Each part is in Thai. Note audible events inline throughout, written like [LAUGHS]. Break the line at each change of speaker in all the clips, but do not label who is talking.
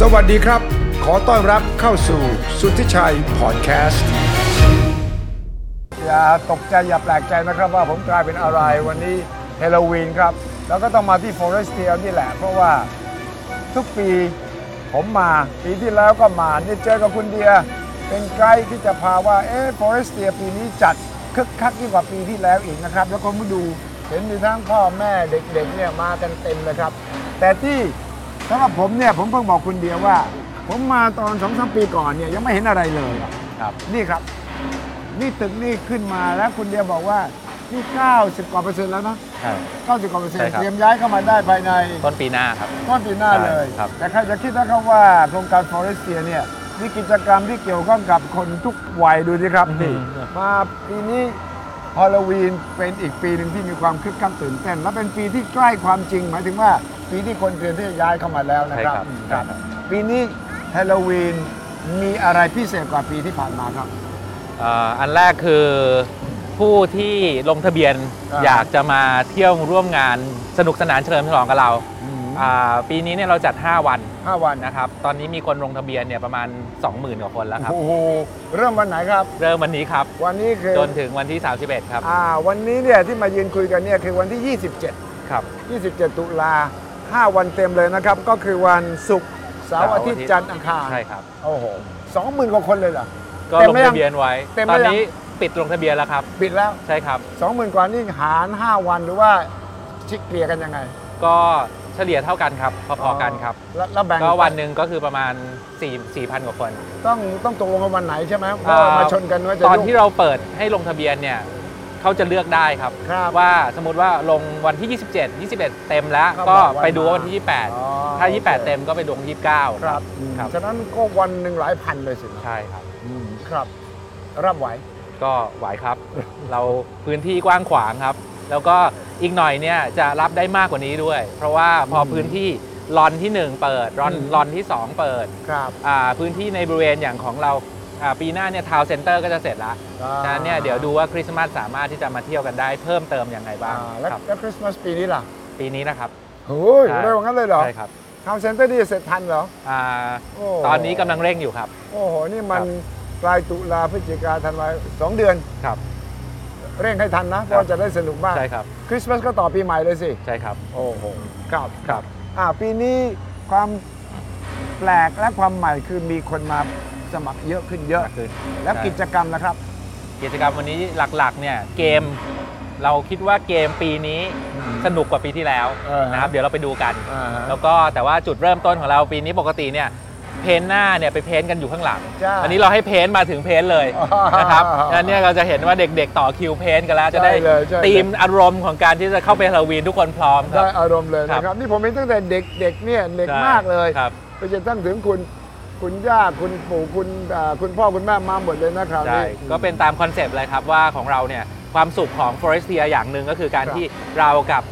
สวัสดีครับ ขอต้อนรับเข้าสู่สุทธิชัยพอดแคสต์ อย่าตกใจอย่าแปลกใจนะครับว่าผมกลายเป็นอะไรวันนี้เฮโลวีนครับ แล้วก็ต้องมาที่ Forestier นี่แหละ เพราะว่าทุกปีผมมาปีที่แล้วก็มานี่เจอกับคุณเดีย เป็นไกด์ที่จะพาว่า เอ๊ะ Forestier ปีนี้จัดคึกคักยิ่งกว่าปีที่แล้วอีกนะครับ แล้วก็มาดูเห็นมีทั้งพ่อแม่เด็กๆเนี่ยมากันเต็มเลยครับ แต่ที่ สำหรับผมเนี่ยผมเพิ่งบอกคุณเดียวว่า ผมมาตอนสองสามปีก่อนเนี่ยยังไม่เห็นอะไรเลยอะ
ครับ
นี่ครับ นี่ตึกนี่ขึ้นมาแล้วคุณเดียวบอกว่านี่ 90 กว่าเปอร์เซ็นต์แล้วนะ
ใช่
90 กว่าเปอร์เซ็น
ใช่
ต์
ครับ
เตรียมย้ายเข้ามาได้ภายใน
ต้นปีหน้าครับ
ต้นปีหน้าเลย
ใช่ครับ
แต่ใครจะคิดนะครับว่าโครงการ f o r e s t i e r เนี่ยมีกิจกรรมที่เกี่ยวข้องกับคนทุกวัยดูสิครับนี่มาปีนี้ฮอลลวีนเป็นอีกปีหนึ่งที่มีความคึกคักตื่นเต้น และเป็นปีที่ใกล้ความจริง หมายถึงว่าปีที่คนเตรียมที่จะย้ายเข้ามาแล้วนะ
ใช่
ครับ
ครั
ครับ
บใช่ครับ
ปีนี้ฮาโลวีนมีอะไรพิเศษกว่าปีที่ผ่านมาครับ
เอ่ออันแรกคือผู้ที่ลงทะเบียน
อ่า
อยากจะมาเที่ยวร่วมงานสนุกสนานเฉลิมฉลองกับเราอ่าปีนี้เนี่ยเราจัด 5 วัน
ห้าวันนะ
นะครับ ตอนนี้มีคนลงทะเบียนเนี่ยประมาณ 20,000กว่าคนแล้วครับ
โอ้โหเริ่มวันไหนครับ
เริ่มวันนี้ครับ
วันนี้คือ
จนถึงวันที่ 31 ครับ
อ่าวันนี้เนี่ยที่มายืนคุยกันเนี่ยคือวันที่ 27
ครับ
27 ตุลาห้าวันเต็มเลยนะครับ ก็คือวันศุกร์เสาร์อาทิตย์
เสาร์อาทิตย์
จันทร์อังคาร
ใช่ครับ
โอ้โหสองหมื่นกว่าคนเลยเหรอ
ก็
เต็ม
ลง
หรือยัง
ทะเบียนไว้
เต็มห
ตอน
รือยัง
นี้ปิดลงทะเบียนแล้วครับ
ปิดแล้ว
ใช่ครับ
20,000 กว่านี่หาร 5 วันหรือว่าชิกเกลียกันยังไง
ก็เฉลี่ยเท่ากันครับ พอๆกันครับ
แล้วแล้วแบ่ง
ก็วันหนึ่งก็คือประมาณ4 4,000กว่าคน
ต้องต้องตกลงกันวันไหนใช่ไหม
อ่
ว่ามาชนกันว่าจะ
ตอน
ยุ่ง
ที่เราเปิดให้ลงทะเบียนเนี่ยเขาจะเลือกได้ครับ
ครับ
ว่าสมมติว่าลงวันที่ 27 21 เต็มแล้ว
ก็
ก็
บอกวัน
ไปดูว่า
มา
วันที่
อ๋อ
28 ถ้า
โอเค
28 เต็มก็ไปดูวันที่ 29
ครับ
ครับ
ฉะนั้นก็วันหนึ่งหลายพันเลยสินะ
ใช่ครับ
ครับ รับไหว
ก็ไหวครับ เราพื้นที่กว้างขวางครับ แล้วก็อีกหน่อยเนี่ยจะรับได้มากกว่านี้ด้วย เพราะว่าพออ
ม
พื้นที่ลอนที่หนึ่งเปิดลอน
อืม
ลอนที่สองเปิด
ครับ
อ่าพื้นที่ในบริเวณอย่างของเราอ่าปีหน้าเนี่ยทาวเซ็นเตอร์ก็จะเสร็จละฉะนั้นเนี่ยเดี๋ยวดูว่าคริสต์มาสสามารถที่จะมาเที่ยวกันได้เพิ่มเติมอย่างไร
อ่า
บ้าง
แล้ว
ครับ
แล้วคริสต์มาสปีนี้ล่ะ
ปีนี้นะครับ
โอ้ย
ใช่
เร็วงั้นเลยเหรอ
ใช่ครับ
ทาวน์เซ็นเตอร์ดีเสร็จทันเหรอ
อา
โ
ตอนนี้กำลังเร่งอยู่ครับ
โอ้โห นี่มัน
ครั
ปลายตุลาพฤศจิกาธันวาสองเดือน
ครับ
เร่งให้ทันนะ เพราะจะได้สนุกมาก
ใช่ครับ
คริสต์มาสก็ต่อปีใหม่เลยสิ
ใช่ครับ
โอ้โห ครับ
ครับ
อ่าปีนี้ความแปลกและความใหม่คือมีคนมาสมัครเยอะขึ้นเยอะ
มากขึ้น
แล้ว
ใช่
กิจกรรมนะครับ
กิจกรรมวันนี้หลักๆเนี่ยเกม เราคิดว่าเกมปีนี้สนุกกว่าปีที่แล้ว
เออฮะ
นะครับเดี๋ยวเราไปดูกัน
อ่าฮะ
แล้วก็แต่ว่าจุดเริ่มต้นของเราปีนี้ปกติเนี่ยเพ้นท์หน้าเนี่ยไปเพ้นท์กันอยู่ข้างหลัง
ใช่
อันนี้เราให้เพ้นท์มาถึงเพ้นท์เลย
อ๋อ
นะครับฉะนั้นเนี่ยเราจะเห็นว่าเด็กๆต่อคิวเพ้นท์กันแล้วจะได้
ใช่เลยใช่เลย
ธีมอารมณ์ของการที่จะเข้าไปฮาโลวีนทุกคนพร้อมครั
ได้
บ
อารมณ์เลยนะค
ครั
รับ
บ
นี่ผมเห็นตั้งแต่เด็กๆเนี่ยเด็กมากเลย
ครับ
ไปจนตั้งถึงคุณคุณย่าคุณปู่คุณอ่าคุณพ่อคุณแม่มาหมดเลยนะครับ
ใช่ก็เป็นตามคอนเซปต์เลยครับว่าของเราเนี่ยความสุขของ f o r e s t i e r อย่างหนึ่งก็คือการที่เรากับ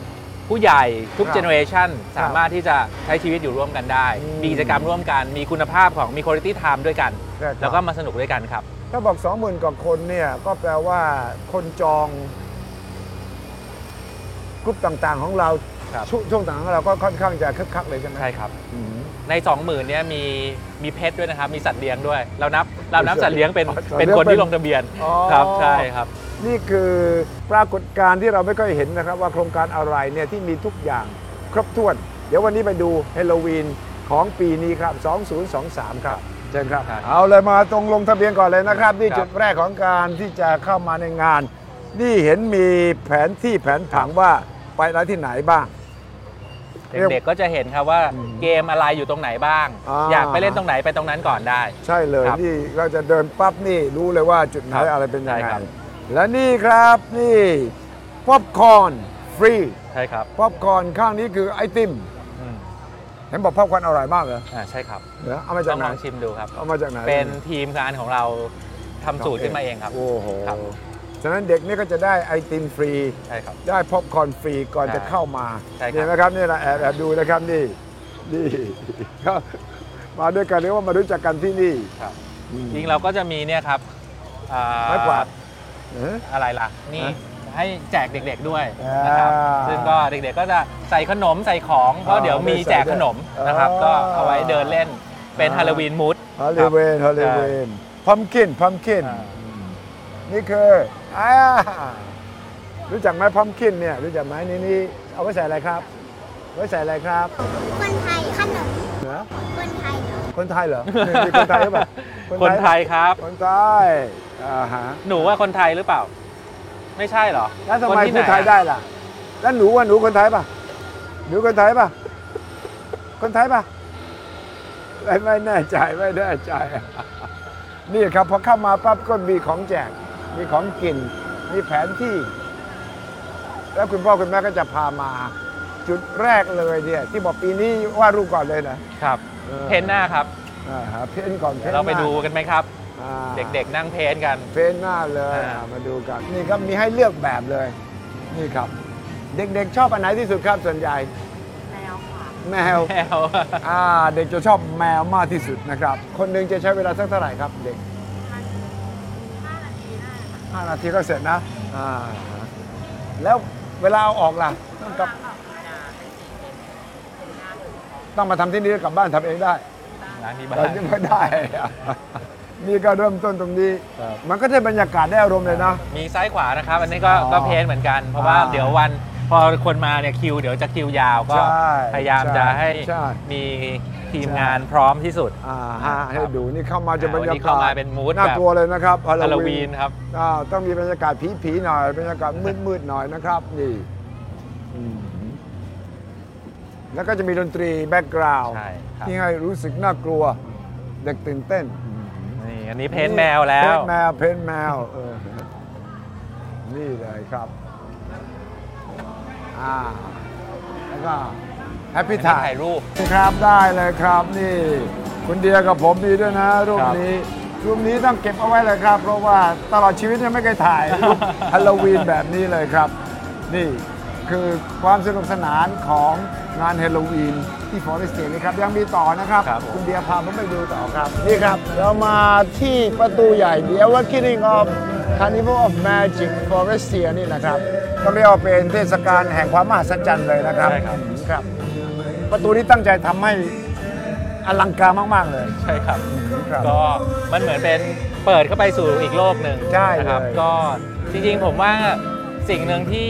ผู้ใหญ่ทุกเจเนอเรชันสามารถที่จะใช้ชีวิตอยู่ร่วมกันได้ มีกิจกรรมร่วมกัน มีคุณภาพของมีคุณภาพไทม์ด้วยกัน
ใช่ครับ
แล้วก็มาสนุกด้วยกันครับ
ถ้าบอก 20,000กว่าคนเนี่ยก็แปลว่าคนจองกลุ่มต่างๆของเรา
ครับ
ชวงช่วงต่างๆของเราก็ค่อนข้างจะคึกคักเลยใช่ไหม
ใช่ครับ
อืม
ใน 20,000เนี่ยมีมีเพชรด้วยนะครับ มีสัตว์เลี้ยงด้วย เรานับเรานับ
โอ้ย
สัตว์เลี้ยงเป็น
สัตว์เลี้ยง
เป็นคน
เป็
ที่
น
ลงทะเบียน
อ๋อ
ครับใช่ครับ
นี่คือปรากฏการณ์ที่เราไม่ค่อยเห็นนะครับ ว่าโครงการอะไรเนี่ยที่มีทุกอย่างครบถ้วน เดี๋ยววันนี้ไปดูเฮโลวีนของปีนี้ครับ 2023 ครับเชิญครับ
ครับ
เอาเลยมาตรงลงทะเบียนก่อนเลยนะครับ นี่
ครับ
จุดแรกของการที่จะเข้ามาในงาน นี่เห็นมีแผนที่แผนผังว่าไปร้านที่ไหนบ้าง
เด็กๆก็จะเห็นครับว่าเกมอะไรอยู่ตรงไหนบ้าง
อ่า
อยากไปเล่นตรงไหนไปตรงนั้นก่อนได้
ใช่เลย
ครับ
นี่เราจะเดินปั๊บนี่รู้เลยว่าจุดไหน
ครับ
อะไรเป็นยัง
ใช่
ไง
ครับ
และนี่ครับนี่ป๊อปคอร์นฟรี
ใช่ครับ
ป๊อปคอร์นข้างนี้คือไอติม
อืม
เห็นบอกภาพควันอร่อยมากเหรอ
อ่าใช่ครับ
เหรอเอามา
ล
จา
อก ง
ไหน
ลองชิมดูครับ
เอามาจากไหน
เป็นทีมงานของเราทำสูตรขึ้นมาเองครับ
โอ้โห
ครับ
ฉะนั้นเด็กนี่ก็จะได้ไอติมฟรี
ใช่ครับ
ได้ป๊อปคอร์นฟรีก่อน
ใช่
จะเข้ามา
ใช่ครับ
เห็นไหมครับนี่แหละแอบแอบดูนะครับนี่นี่ ก็มาด้วยกันเรียกว่ามารู้จักกันที่นี่
ครับ
อืม
จริงเราก็จะมีเนี่ยครับอ่
ไม้กวาดเอ๊ะ
อะไรล่ะ นี่
ฮะ
ให้แจกเด็กๆด้วย
อ่าน
นะครับซึ่งก็เด็กๆก็จะใส่ขนมใส่ของเพราะเดี๋ยวมีแจกขนมนะครับ
อ๋อ
ก็เอาไว้เดินเล่น เป็น
อ่า
ฮาโลวีนมูด
ฮาเลเวนฮาเลเวนพัมกินพัมกิน
อ่า
นี่คืออ่ารู้จักไหมพัมกินเนี่ยรู้จักไหมนี่นี่เอาไว้ใส่อะไรครับไว้ใส่อะไรครับ
คนไทยขนม
นะ
คนไทยเหรอ
คนไทยเหรอมีคนไทยหรือเปล่า
คนไทยครับ
คนไทยอ่าฮะ
หนูว่าคนไทยหรือเปล่า ไม่ใช่เหรอ
แล้วทำ
คน
ไม
ที่ห
พู
น
ดไทยได้ล่ะ แล้วหนูว่าหนูคนไทยป่ะหนูคนไทยป่ะคนไทยป่ะไม่ไม่แน่ใจไม่แน่ใจ นี่ครับพอเข้ามาปั๊บก็มีของแจก มีของกิน มีแผนที่ แล้วคุณพ่อคุณแม่ก็จะพามา จุดแรกเลยเนี่ยที่บอกปีนี้วาดรูปก่อนเลยนะครับ ออ
เพนหน้าครับ
อ่าหาเพ้นก่อนเพ้น
เราไปดู
ห
กันไหมครับ
น้า
เด็กๆนั่งเพนกัน
ๆเพ้นหน้าเลย
อ่า
อ่ามาดูกัน นี่ครับมีให้เลือกแบบเลย นี่ครับ เด็กๆ ชอบอันไหนที่สุดครับส่วนใหญ่
แมวค่ะ
แมว
แมว
อ่าเด็กจะชอบแมวมากที่สุดนะครับ คนหนึ่งจะใช้เวลาสักเท่าไหร่ครับเด็ก
มันห้านาทีได้ค่ะ
ห้านาทีก็เสร็จนะ อ่า แล้วเวลาเอาออกล่ะ ต้องกลับ
ออกมาดาเป็นสีเข็มเป็นหน้าหมู
ต้องมาทำที่นี่แล้วกลับบ้านทำเองได้
ร้านที่บ้า
แต่
น
นี่ไม่ได้ [LAUGHS] นี่ก็เริ่มต้นตรงนี้
ครับ
มันก็ได้บรรยากาศได้อารมณ์เลยนะ
มีซ้ายขวานะครับ อันนี้ก็
อ๋อ
ก็เพนเหมือนกัน เพราะว่า
อ่า
เดี๋ยววันพอคนมาเนี่ยคิว เดี๋ยวจะคิวยาวก็
ใช่
พยายามจะให้
ใช่
มีทีม
ใช่
งานพร้อมที่สุด
อ่าฮะ
ค
ให้
รับ
ดูนี่เข้ามาจะบรร
วัน
ยา
นี้
กา
เข้า
ศ
มาเป็น mood
น่า
แบบ
กลัวเลยนะครับ
ฮาโลวีนครับ
อ่าต้องมีบรรยากาศผีๆหน่อยบรรยากาศมืดๆหน่อยนะครับ นี่อืมแล้วก็จะมีดนตรีแบ็กกราวด์
ใช่ครับ
ที่ให้รู้สึกน่ากลัว เด็กตื่นเต้น
นี่อันนี้เพนแมวแล้ว
เพนแมวเพนแมวเออนี่เลยครับอ่าแล้วก็แฮปปี้ถ่าย
ถ่ายรูป
ครับได้เลยครับนี่ คุณเดียกับผมมีด้วยนะ รูปนี้ รูปนี้ต้องเก็บเอาไว้เลยครับ เพราะว่าตลอดชีวิตเนี่ยไม่เคยถ่าย [LAUGHS] รูปฮาโลวีนแบบนี้เลยครับ นี่คือความสนุกสนานของงานฮาโลวีนที่ฟอร์เรสเตนี่ครับ ยังมีต่อนะครับ
ครับผม
เดียวพาผมไปดูต่อครับ นี่ครับ เรามาที่ประตูใหญ่เดียวว่า Killing of Carnival of Magic Forestia นี่นะครับต้องเรียกว่าเป็นเทศกาลแห่งความมหัศจรรย์เลยนะครับ
ใช่ครับ
ครับ ประตูนี้ตั้งใจทำให้อลังการมาก ๆ เลย
ใช่ครับ
ครับ
ก็มันเหมือนเป็นเปิดเข้าไปสู่อีกโลกหนึ่ง
ใช่
นะครั
เลย
ก็จริงๆผมว่าสิ่งหนึ่งที่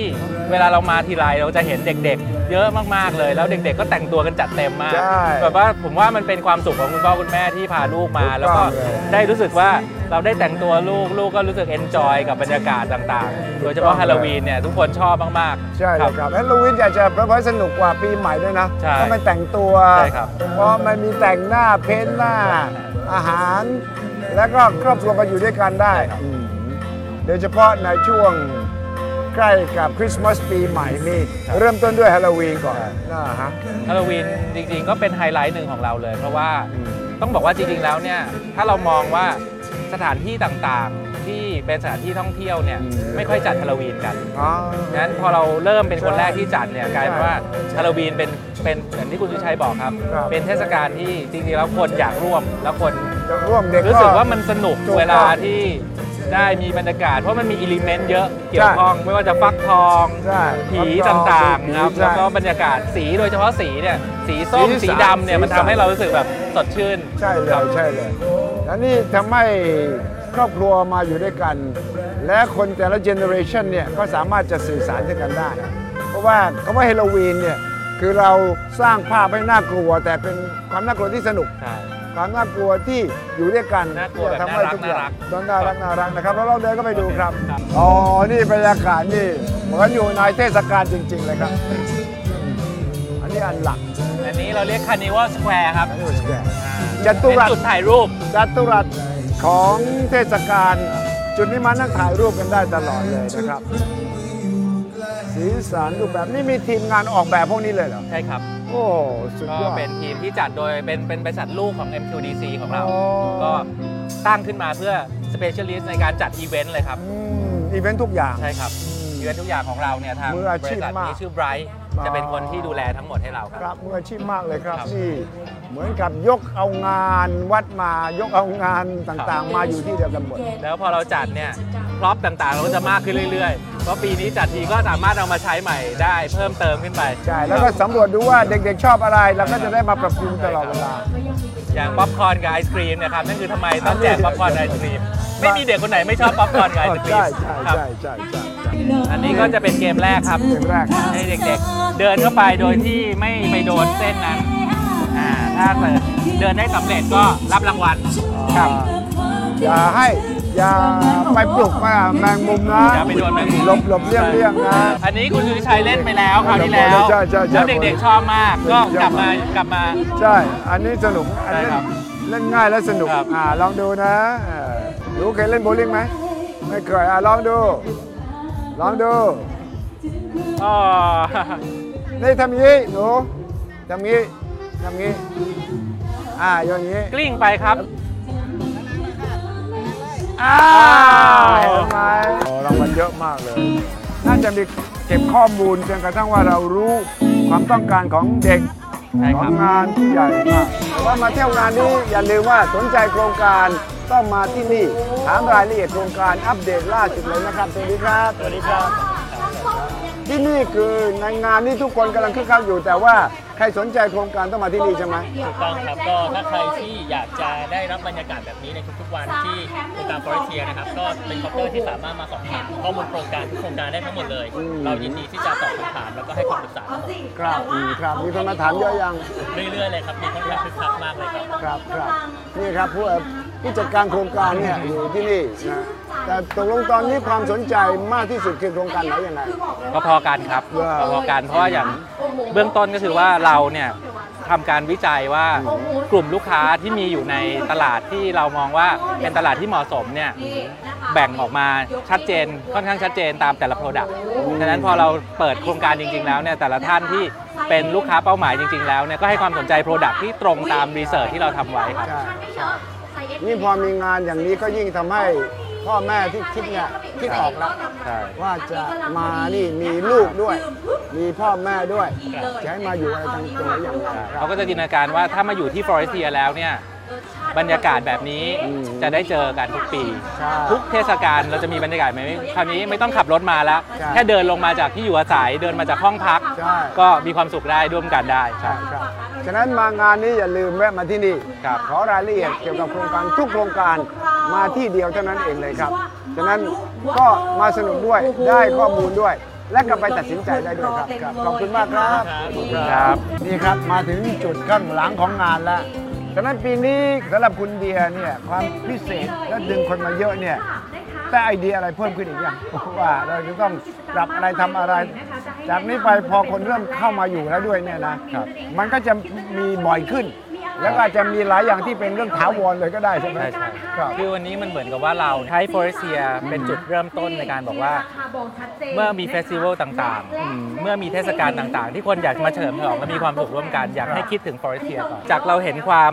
เวลาเรามาทีไรเราจะเห็นเด็กๆ เยอะมากๆเลย แล้วเด็กๆ ก็แต่งตัวกันจัดเต็มมาก
ใช่
แบบว่าผมว่ามันเป็นความสุขของคุณพ่อคุณแม่ที่พาลูกมา
ถูกต้อง
แล้วก็
เลย
ได้รู้สึกว่าเราได้แต่งตัวลูกลูกก็รู้สึกเอนจอยกับบรรยากาศต่างๆ โดยเฉพาะฮาโลวีนเนี่ยทุกคนชอบมากๆ
ใช่
ค
เล
รับ
ยครับแล้วลูวินอยากจะเพราะว่าสนุกกว่าปีใหม่ด้วยนะ
ใช่
เพราะมันแต่งตัว
ใช่ครับ
เพราะมันมีแต่งหน้าเพ้นหน้า อาหาร แล้วก็ครอบครัวก็อยู่ด้วยกันได้อืมโดยเฉพาะในช่วงใกล้กับคริสต์มาสปีใหม่นี่เริ่มต้นด้วยฮาโลวีนก่อนนะฮะ
ฮาโลวีนจริงๆ ก็เป็นไฮไลท์หนึ่งของเราเลย เพราะว่า
อืม
ต้องบอกว่าจริงๆแล้วเนี่ยถ้าเรามองว่าสถานที่ต่างๆ ที่เป็นสถานที่ท่องเที่ยวเนี่ย
อืม
ไม่ค่อยจัดฮาโลวีนกัน
อ๋อ
ฉะนั้นพอเราเริ่มเป็นคนแรกที่จัดเนี่ยกลายเป็นว่า
ใช่
ฮาโลวีนเป็นเป็นอย่างที่คุณชูชัยบอกครับ
ครับ
เป็นเทศกาลที่จริงๆแล้วคนอยากร่วม แล้วคน
จะร่วมเด็ก
รู้สึกว่ามันสนุก
ถูกต้อง
เวลาที่ได้มีบรรยากาศ เพราะมันมีอิเลเมนต์เยอะเกี่ยว
ใช่
ข้องไม่ว่าจะฟักทอง
ใช่
ผีต่างๆนะครับ
ผี
แล้
ใช่
วก็บรรยากาศสีโดยเฉพาะสีเนี่ยสีส้ม
สี
สี
สัน
ดำเนี่ย
สี
มัน
สั
ทำ
น
ให้เรารู้สึกแบบสดชื่น
ใช่เล
ครับ
ยใช่เลยแล้วนี่ทำให้ครอบครัวมาอยู่ด้วยกัน และคนแต่ละเจเนอเรชันเนี่ยก็สามารถจะสื่อสารด้วยกันได้ เพราะว่าคำว่าฮาโลวีนเนี่ยคือเราสร้างภาพให้น่ากลัว แต่เป็นความน่ากลัวที่สนุก ความน่ากลัวที่อยู่ด้วยกัน
น่ากลัว
จะ
แบบ
ทำให้ทุกอย่างน่า
น่ารั
รัก
ก
น่ารักนะครับแล้วเราเดินก็ไปดูครับ
ครับ
อ๋อ นี่บรรยากาศนี่เหมือนอยู่ในเทศกาลจริง ๆ เลยครับ อันนี้อันหลัก
อันนี้เราเรียกคานิวัลสแควร์ครับ
อันนี้สแกน
อ่า
จัตุรัส
เป็นจุดถ่ายรูป
จัตุรัสของเทศกาลจุดนี้มานั่งถ่ายรูปกันได้ตลอดเลยนะครับ สีสันรูปแบบนี่มีทีมงานออกแบบพวกนี้เลยเหรอ
ใช่ครับ
โอ้สุดย
ก็
อด
เป็นทีมที่จัดโดยเป็นเป็นบริษัทลูกของ MQDC ของเรา
อ๋อ
ก็ตั้งขึ้นมาเพื่อ Specialist ในการจัดอีเวนต์เลยครับ
อืมอีเวนต์ทุกอย่าง
ใช่ครับอีเวนต์ทุกอย่างของเราเนี่ยทาง
มืออา
บ
ชีพ
ริษัท
มาก
นี้ชื่อไบรท์จะเป็นคนที่ดูแลทั้งหมดให้เรา
ค
ครับ
รับมืออาชีพมากเลยครับ
ครับ
ที่เหมือนกับยกเอางานวัดมายกเอางานต่าง
ครับ
ๆ มาอยู่ที่เดียวกันหมด
แล้วพอเราจัดเนี่ยพร็อพต่างๆ เราก็จะมากขึ้นเรื่อยๆ บ ก็ปีนี้จัดทีก็สามารถเอามาใช้ใหม่ได้เพิ่มเติมขึ้นไป
ใช่แล้วก็สำรวจดูว่าเด็กๆชอบอะไรเราก็จะได้มาปรับปรุงตลอดเวลา
อย่างป๊อปคอร์นกับไอศครีมเนะครับนั่นคือทำไมต้องแจกป๊อปคอร์นไอศครีมไม่มีเด็กคนไหนไม่ชอบป๊อปคอร์นกับไอศครีม
ใช่ใช่
ครับ
ใช่ใช่ใช่ใช่
อันนี้ก็จะเป็นเกมแรกครับ
เกมแรก
ให้เด็กๆ เดินเข้าไปโดยที่ไม่ไปโดนเส้นนั้นอ่าถ้าเกิดเดินได้สำเร็จก็รับรางวัล
ครับ อย่าให้อย่าไปปลุกมาแมงมุมนะ
อย่าไปโดนแมงมุม
หลบหลบเลี่ยงเลี่ยงนะ
อันนี้คุณสุริชัยเล่นไปแล้วคราวที่แล้ว
ใช่ใช่ใช่
แล้วเด็กๆชอบมาก ก็กลับมากลับมา
ใช่ อันนี้สนุก อันนี้
ใช่ครับ
เล่นง่ายและสนุก
ครับ
อ่า ลองดูนะอ่าหนูเคยเล่นโบว์ลิ่งไหม ไม่เคย อ่าลองดู ลองดู
[LAUGHS]
อ๋อ
นี่ทำอย่างนี้หนูทำอย่างนี้ทำอย่างนี้ อ่าอย่างนี้
กลิ้งไปครับ อ้า
อ้าว
ว
เห็นไหมโอ้รางวัลเยอะมากเลย น่าจะมีเก็บข้อมูลจนกระทั่งว่าเรารู้ความต้องการของเด็ก
ใช่
ข
ครั
อบ งงานผู้ใหญ่มากว่ามาเที่ยวงานนี้อย่าลืมว่าสนใจโครงการต้องมาที่นี่ ถามรายละเอียดโครงการอัปเดตล่าสุดเลยนะครับ สวัสดีครับ สวัสดีครับ ที่นี่คือในงานนี้ทุกคนกำลังคึกคักอยู่ แต่ว่าใครสนใจโครงการต้องมาที่นี่ใช่ไหม
ถูกต้องครับก็ถ้าใครที่อยากจะได้รับบรรยากาศแบบนี้ในทุกๆวันที่โครงการฟอร์เทียนะครับก็เป็นคอปเตอร์ที่สามารถมาสอบถามข้อมูลโครงการทุกโครงการได้ทั้งหมดเลย
อืม
เรายินดีที่จะตอบคำถามแล้วก็ให้คำปรึกษาทั้งหมด
ครับอืมครับ มีคนมาถามเยอะยัง
เรื่อยๆเลยครับมีค่อนข้างคึกคักมากเลยครับ
ครับครับนี่ครับผู้เอ่อผู้จัดการโครงการเนี่ยอยู่ที่นี่นะแต่ตกลงตอนนี้ความสนใจมากที่สุดคือโครงการไหนยังไง
ก็พอกันครับ
ว้าว
พอกันเพราะว่าอย่างเบื้องต้นก็คือว่าเราเนี่ยทำการวิจัยว่ากลุ่มลูกค้าที่มีอยู่ในตลาดที่เรามองว่าเป็นตลาดที่เหมาะสมเนี่ยแบ่งออกมาชัดเจนค่อนข้างชัดเจนตามแต่ละ Product ดังนั้นพอเราเปิดโครงการจริง ๆ แล้วเนี่ยแต่ละท่านที่เป็นลูกค้าเป้าหมายจริง ๆ แล้วเนี่ยก็ให้ความสนใจ Product ที่ตรงตามรีเสิร์ชที่เราทำไว้ครับ
ใช่ยิ่งพอมีงานอย่างนี้ก็ยิ่งทำให้พ่อแม่ที่คิดเนี่ยคิดออกแล้ว
ใช่
ว่าจะมานี่มีลูกด้วย มีพ่อแม่ด้วยจะให้มาอยู่อะไรต่างๆอย่างไร
เขาก็จะจินตนาการว่าถ้ามาอยู่ที่ฟลอเรสเตียแล้วเนี่ย บรรยากาศแบบนี้จะได้เจอกันทุกปี
ใช่
ทุกเทศกาลเราจะมีบรรยากาศแบบนี้คราวนี้ไม่ต้องขับรถมาแล้ว
ใช่
แค่เดินลงมาจากที่อยู่อาศัยเดินมาจากห้องพัก
ใช่
ก็มีความสุขได้ร่วมกันได้ค
ใช่
รับ
ครับฉะนั้นมางานนี้อย่าลืมแวะมาที่นี่
ครับ
ขอรายละเอียดเกี่ยวกับโครงการทุกโครงการมาที่เดียวเท่านั้นเองเลยครับฉะนั้นก็มาสนุกด้วยได้ข้อมูลด้วย และก็ไปตัดสินใจได้ด้วยครับครับขอบคุณมากครับ
ครับ
นี่ครับ มาถึงจุดข้างหลังของงานแล้วฉะนั้นปีนี้สำหรับคุณเดียเนี่ยความพิเศษและดึงคนมาเยอะเนี่ยแต่ไอเดียอะไรเพิ่มขึ้นอีกอย่าง ว่าเราจะต้องปรับอะไรทำอะไร จากนี้ไปพอคนเริ่มเข้ามาอยู่แล้วด้วยเนี่ยนะมันก็จะมีบ่อยขึ้น แล้วก็อาจจะมีหลายอย่างที่เป็นเรื่องถาวรเลยก็ได้ใช่ไหม
ใช่ใช่
ครับ
คือวันนี้มันเหมือนกับว่าเราใช้ฟลอเรสเตียเป็นจุดเริ่มต้นในการบอกว่า เมื่อมีเฟสติวัลต่างๆ เมื่อมีเทศกาลต่างๆ ที่คนอยากมาเฉลิมฉลองและมีความสุขร่วมกัน อยากให้คิดถึงฟอเรสเทียก่อน จากเราเห็นความ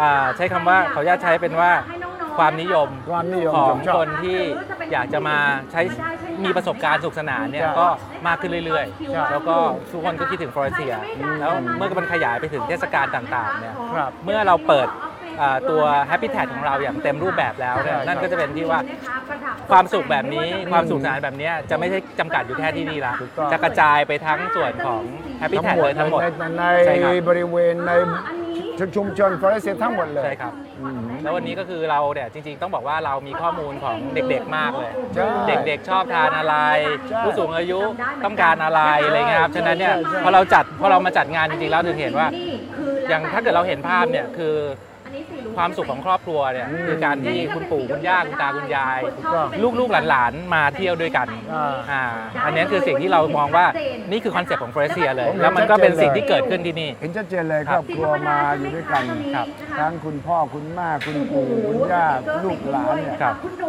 อ่าใช้คำว่าเขาญาตใช้เป็นว่าความนิยม
ความนิยม
ของ
ชอบ
คนที่อยากจะมาใช้มีประสบการณ์สุขสนานเนี่ย
ใช่
ก็มากขึ้นเรื่อย
ใช่
ๆ แล้วก็ทุกคนก็คิดถึงฟอเรสเทียแล้วเมื่อมันขยายไปถึงเทศกาลต่างๆเนี่ย
ครับ
เมื่อเราเปิดเอ่อตัว Happy t a g ของเราอย่างเต็มรูปแบบแล้วเนี่ย
ใช่
นั่นก็จะเป็นที่ว่าความสุขแบบนี้ความสุขสนานแบบเนี้ยจะไม่ใช่จำกัดอยู่แค่ที่นี่ละ จะกระจายไปทั้งส่วนของ Happy t a g เลยทั้งหมด
ในใน
ใช่ครับ
บริเวณในชุมชนฟอเรสเซียทั้งหมดเลย
ใช่ครับ แล้ววันนี้ก็คือเราเนี่ยจริงๆ ต้องบอกว่าเรามีข้อมูลของเด็กๆมากเลย
ใช่
เด็กๆชอบทานอะไร
ใช่
ผู้สูงอายุต้องการอะไรอะไรเงี้ยครับ
ใช่
ฉะนั้นเนี่ย
ใช่ใช่
พอเราจัดพอเรามาจัดงานจริงๆแล้วถึงเห็นว่า อย่างถ้าเกิดเราเห็นภาพเนี่ยคือ ความสุขของครอบครัวเนี่ยคือการที่คุณปู่คุณย่าคุณตาคุณยาย
ถูกต้อง
ลูกๆหลานๆมาเที่ยวด้วยกัน
อ่า
อ่าอันนี้คือสิ่งที่เรามองว่านี่คือคอนเซ็ปต์ของเฟรเซียเลย
ผมเห็น
แล้วมันก็เป็น
ชัดเจนเลย
สิ่งที่เกิดขึ้นที่นี่
เห็นชัดเจนเลยค
ครั
ร
บ
อบครัวมาอยู่ด้วยกัน
ครับ
ทั้งคุณพ่อคุณแม่คุณปู่คุณย่าลูกหลานเนี่ย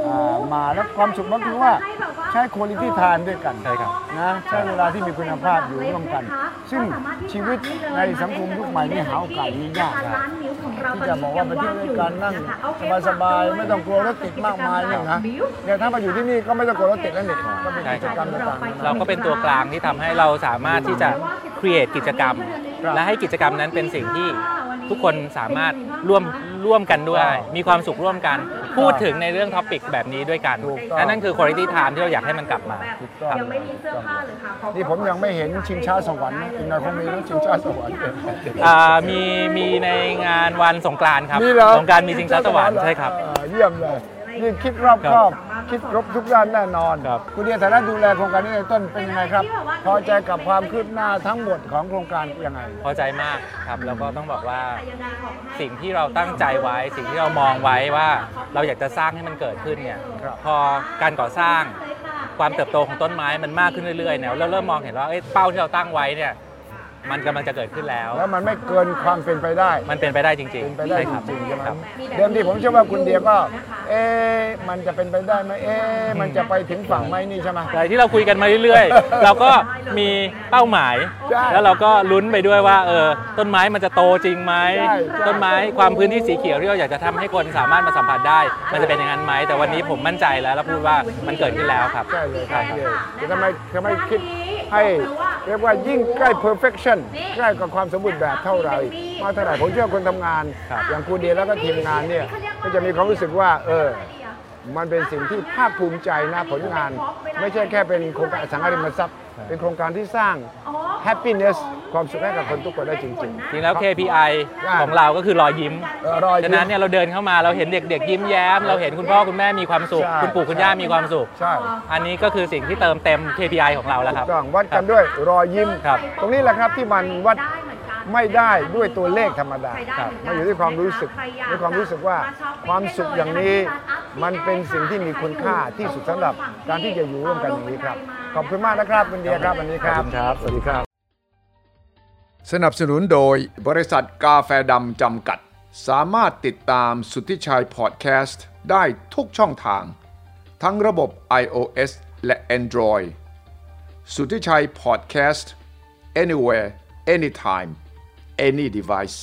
อ่ามาแล้วความสุขมันคือว่าใช้คุณภาพทานด้วยกัน
ใช่ครับ
นะใช้เวลาที่มีคุณภาพอยู่ร่วมกัน ซึ่งชีวิตในสังคมยุคใหม่นี่หาโอกาสนี้ยากนะที่จะบอกว่ามาเที่ยวด้วยกันนั่งสบายๆไม่ต้องกลัวรถติดมากมายเนี่ยนะเนี่ยถ้ามาอยู่ที่นี่ก็ไม่ต้องกลัวรถติดแล้วนี่ก็เป็นกิจกรรมต่างๆนะ
เราก็เป็นตัวกลางที่ทำให้เราสามารถที่จะ create กิจกรรม
ครับ
และให้กิจกรรมนั้นเป็นสิ่งที่ทุกคนสามารถร่วมร่วมกันด้วย มีความสุขร่วมกัน พูดถึงในเรื่องท็อปิกแบบนี้ด้วยกัน
ถูกต้อง
และนั่นคือคุณภาพไทม์ที่เราอยากให้มันกลับมา
ถูกต้อง
ยังไม่มีเสื้อผ้าหรือค่ะของ
นี่ผมยังไม่เห็นชิงช้าสวรรค์นะอีกหน่อยคงมีเรื่องชิงช้าสวรรค์
อ่ามีมีในงานวันสงกรานต์ครับ
นี่เหรอ
สงกรานต์มีจริงช้าสวรรค์ใช่ครับ
เออเยี่ยมเลย นี่คิดรอบครอบ คิดครบทุกด้านแน่นอน
ครับ
คุณเดียฐานะดูแลโครงการนี้ในต้นเป็นยังไงครับ พอใจกับความคืบหน้าทั้งหมดของโครงการยังไง
พอใจมากครับ แล้วก็ต้องบอกว่า
แต่ยังมีของให้
สิ่งที่เราตั้งใจไว้สิ่งที่เรามองไว้ว่าเราอยากจะสร้างให้มันเกิดขึ้นเนี่ย
ครับ
พอการก่อสร้างความเติบโตของต้นไม้มันมากขึ้นเรื่อยๆเนี่ยเราเริ่มมองเห็นว่าเอ้ยเป้าที่เราตั้งไว้เนี่ยมันกำลังจะเกิดขึ้นแล้ว
แล้วมันไม่เกินความเป็นไปได้
มันเป็นไปได้จริง
เป็นไป
ๆ
ได้
ใช่
จ
ครับ
ริงๆใช่ไหม
ครับ
เดิมทีผมเชื่อว่าคุณเดียก็ เอ๊ะมันจะเป็นไปได้ไหมเอ๊ะมันจะไปถึงฝั่งไหมนี่ใช่ไหม
อะไรที่เราคุยกันมาเรื่อยๆ เราก็มีเป้าหมาย
ใช่
แล้วเราก็ลุ้นไปด้วยว่าเออต้นไม้มันจะโตจริงไหม
ใช่ใช่
ต้นไม้ความพื้นที่สีเขียวที่เราอยากจะทำให้คนสามารถมาสัมผัสได้ มันจะเป็นอย่างนั้นไหมแต่วันนี้ผมมั่นใจแล้วและพูดว่ามันเกิดขึ้นแล้วครับ
ใช่เลยค
ใช่
รับ
ครับ
เดี๋ยวทำไมทำไมคิดให้เรียกว่ายิ่งใกล้ perfection ใกล้กับความสมบูรณ์แบบเท่าไหร่มากเท่าไหร่ผมเชื่อคนทำงาน
ครับ
อย่างครูเดียแล้วก็ทีมงานเนี่ยก็จะมีความรู้สึกว่าเออ มันเป็นสิ่งที่ภาคภูมิใจนะผลงาน ไม่ใช่แค่เป็นโครงการอสังหาริมทรัพย์ เป็นโครงการที่สร้าง happiness ความสุขให้กับคนทุกคนได้จริงๆ
จริงแล้ว KPI ของเราก็คือรอยยิ้ม
เออรอย
ฉะ
ยิ้ม
นั้นเนี่ยเราเดินเข้ามาเราเห็นเด็กๆ ยิ้มแย้ม เราเห็นคุณพ่อคุณแม่มีความสุข
ใช่
คุณปู่คุณย่ามีความสุข
ใช่
อันนี้ก็คือสิ่งที่เติมเต็ม KPI ของเราแล้วค
ถู
รับ
กต้องวัดกันด้วยรอยยิ้ม
ครับ
ตรงนี้แหละครับที่มันวัด
ได้เหมือนกัน
ไม่ได้ด้วยตัวเลขธรรมดา
ใช้ได้
ครับ
เหมือน
มัอ
กัน น
ยู่ที่ความรู้สึก
ใคอย
มีความรู้สึกว่า
ช้อปปิ้ง
ความสุขอย่างนี้
ได้เลยะคะ
มันเป็นสิ่งที่มีคุณค่าที่สุดสำหรับการที่จะอยู่ร่วมกันอย่างนี้ครับ ขอบคุณมากนะครับคุณเดียครับวันนี้ครับ
สวัสดีครับ
สนับสนุนโดยบริษัทกาแฟดำจำกัด สามารถติดตามสุทธิชัยพอดแคสต์ได้ทุกช่องทาง ทั้งระบบ iOS และ Android สุทธิชัยพอดแคสต์ anywhere anytime any device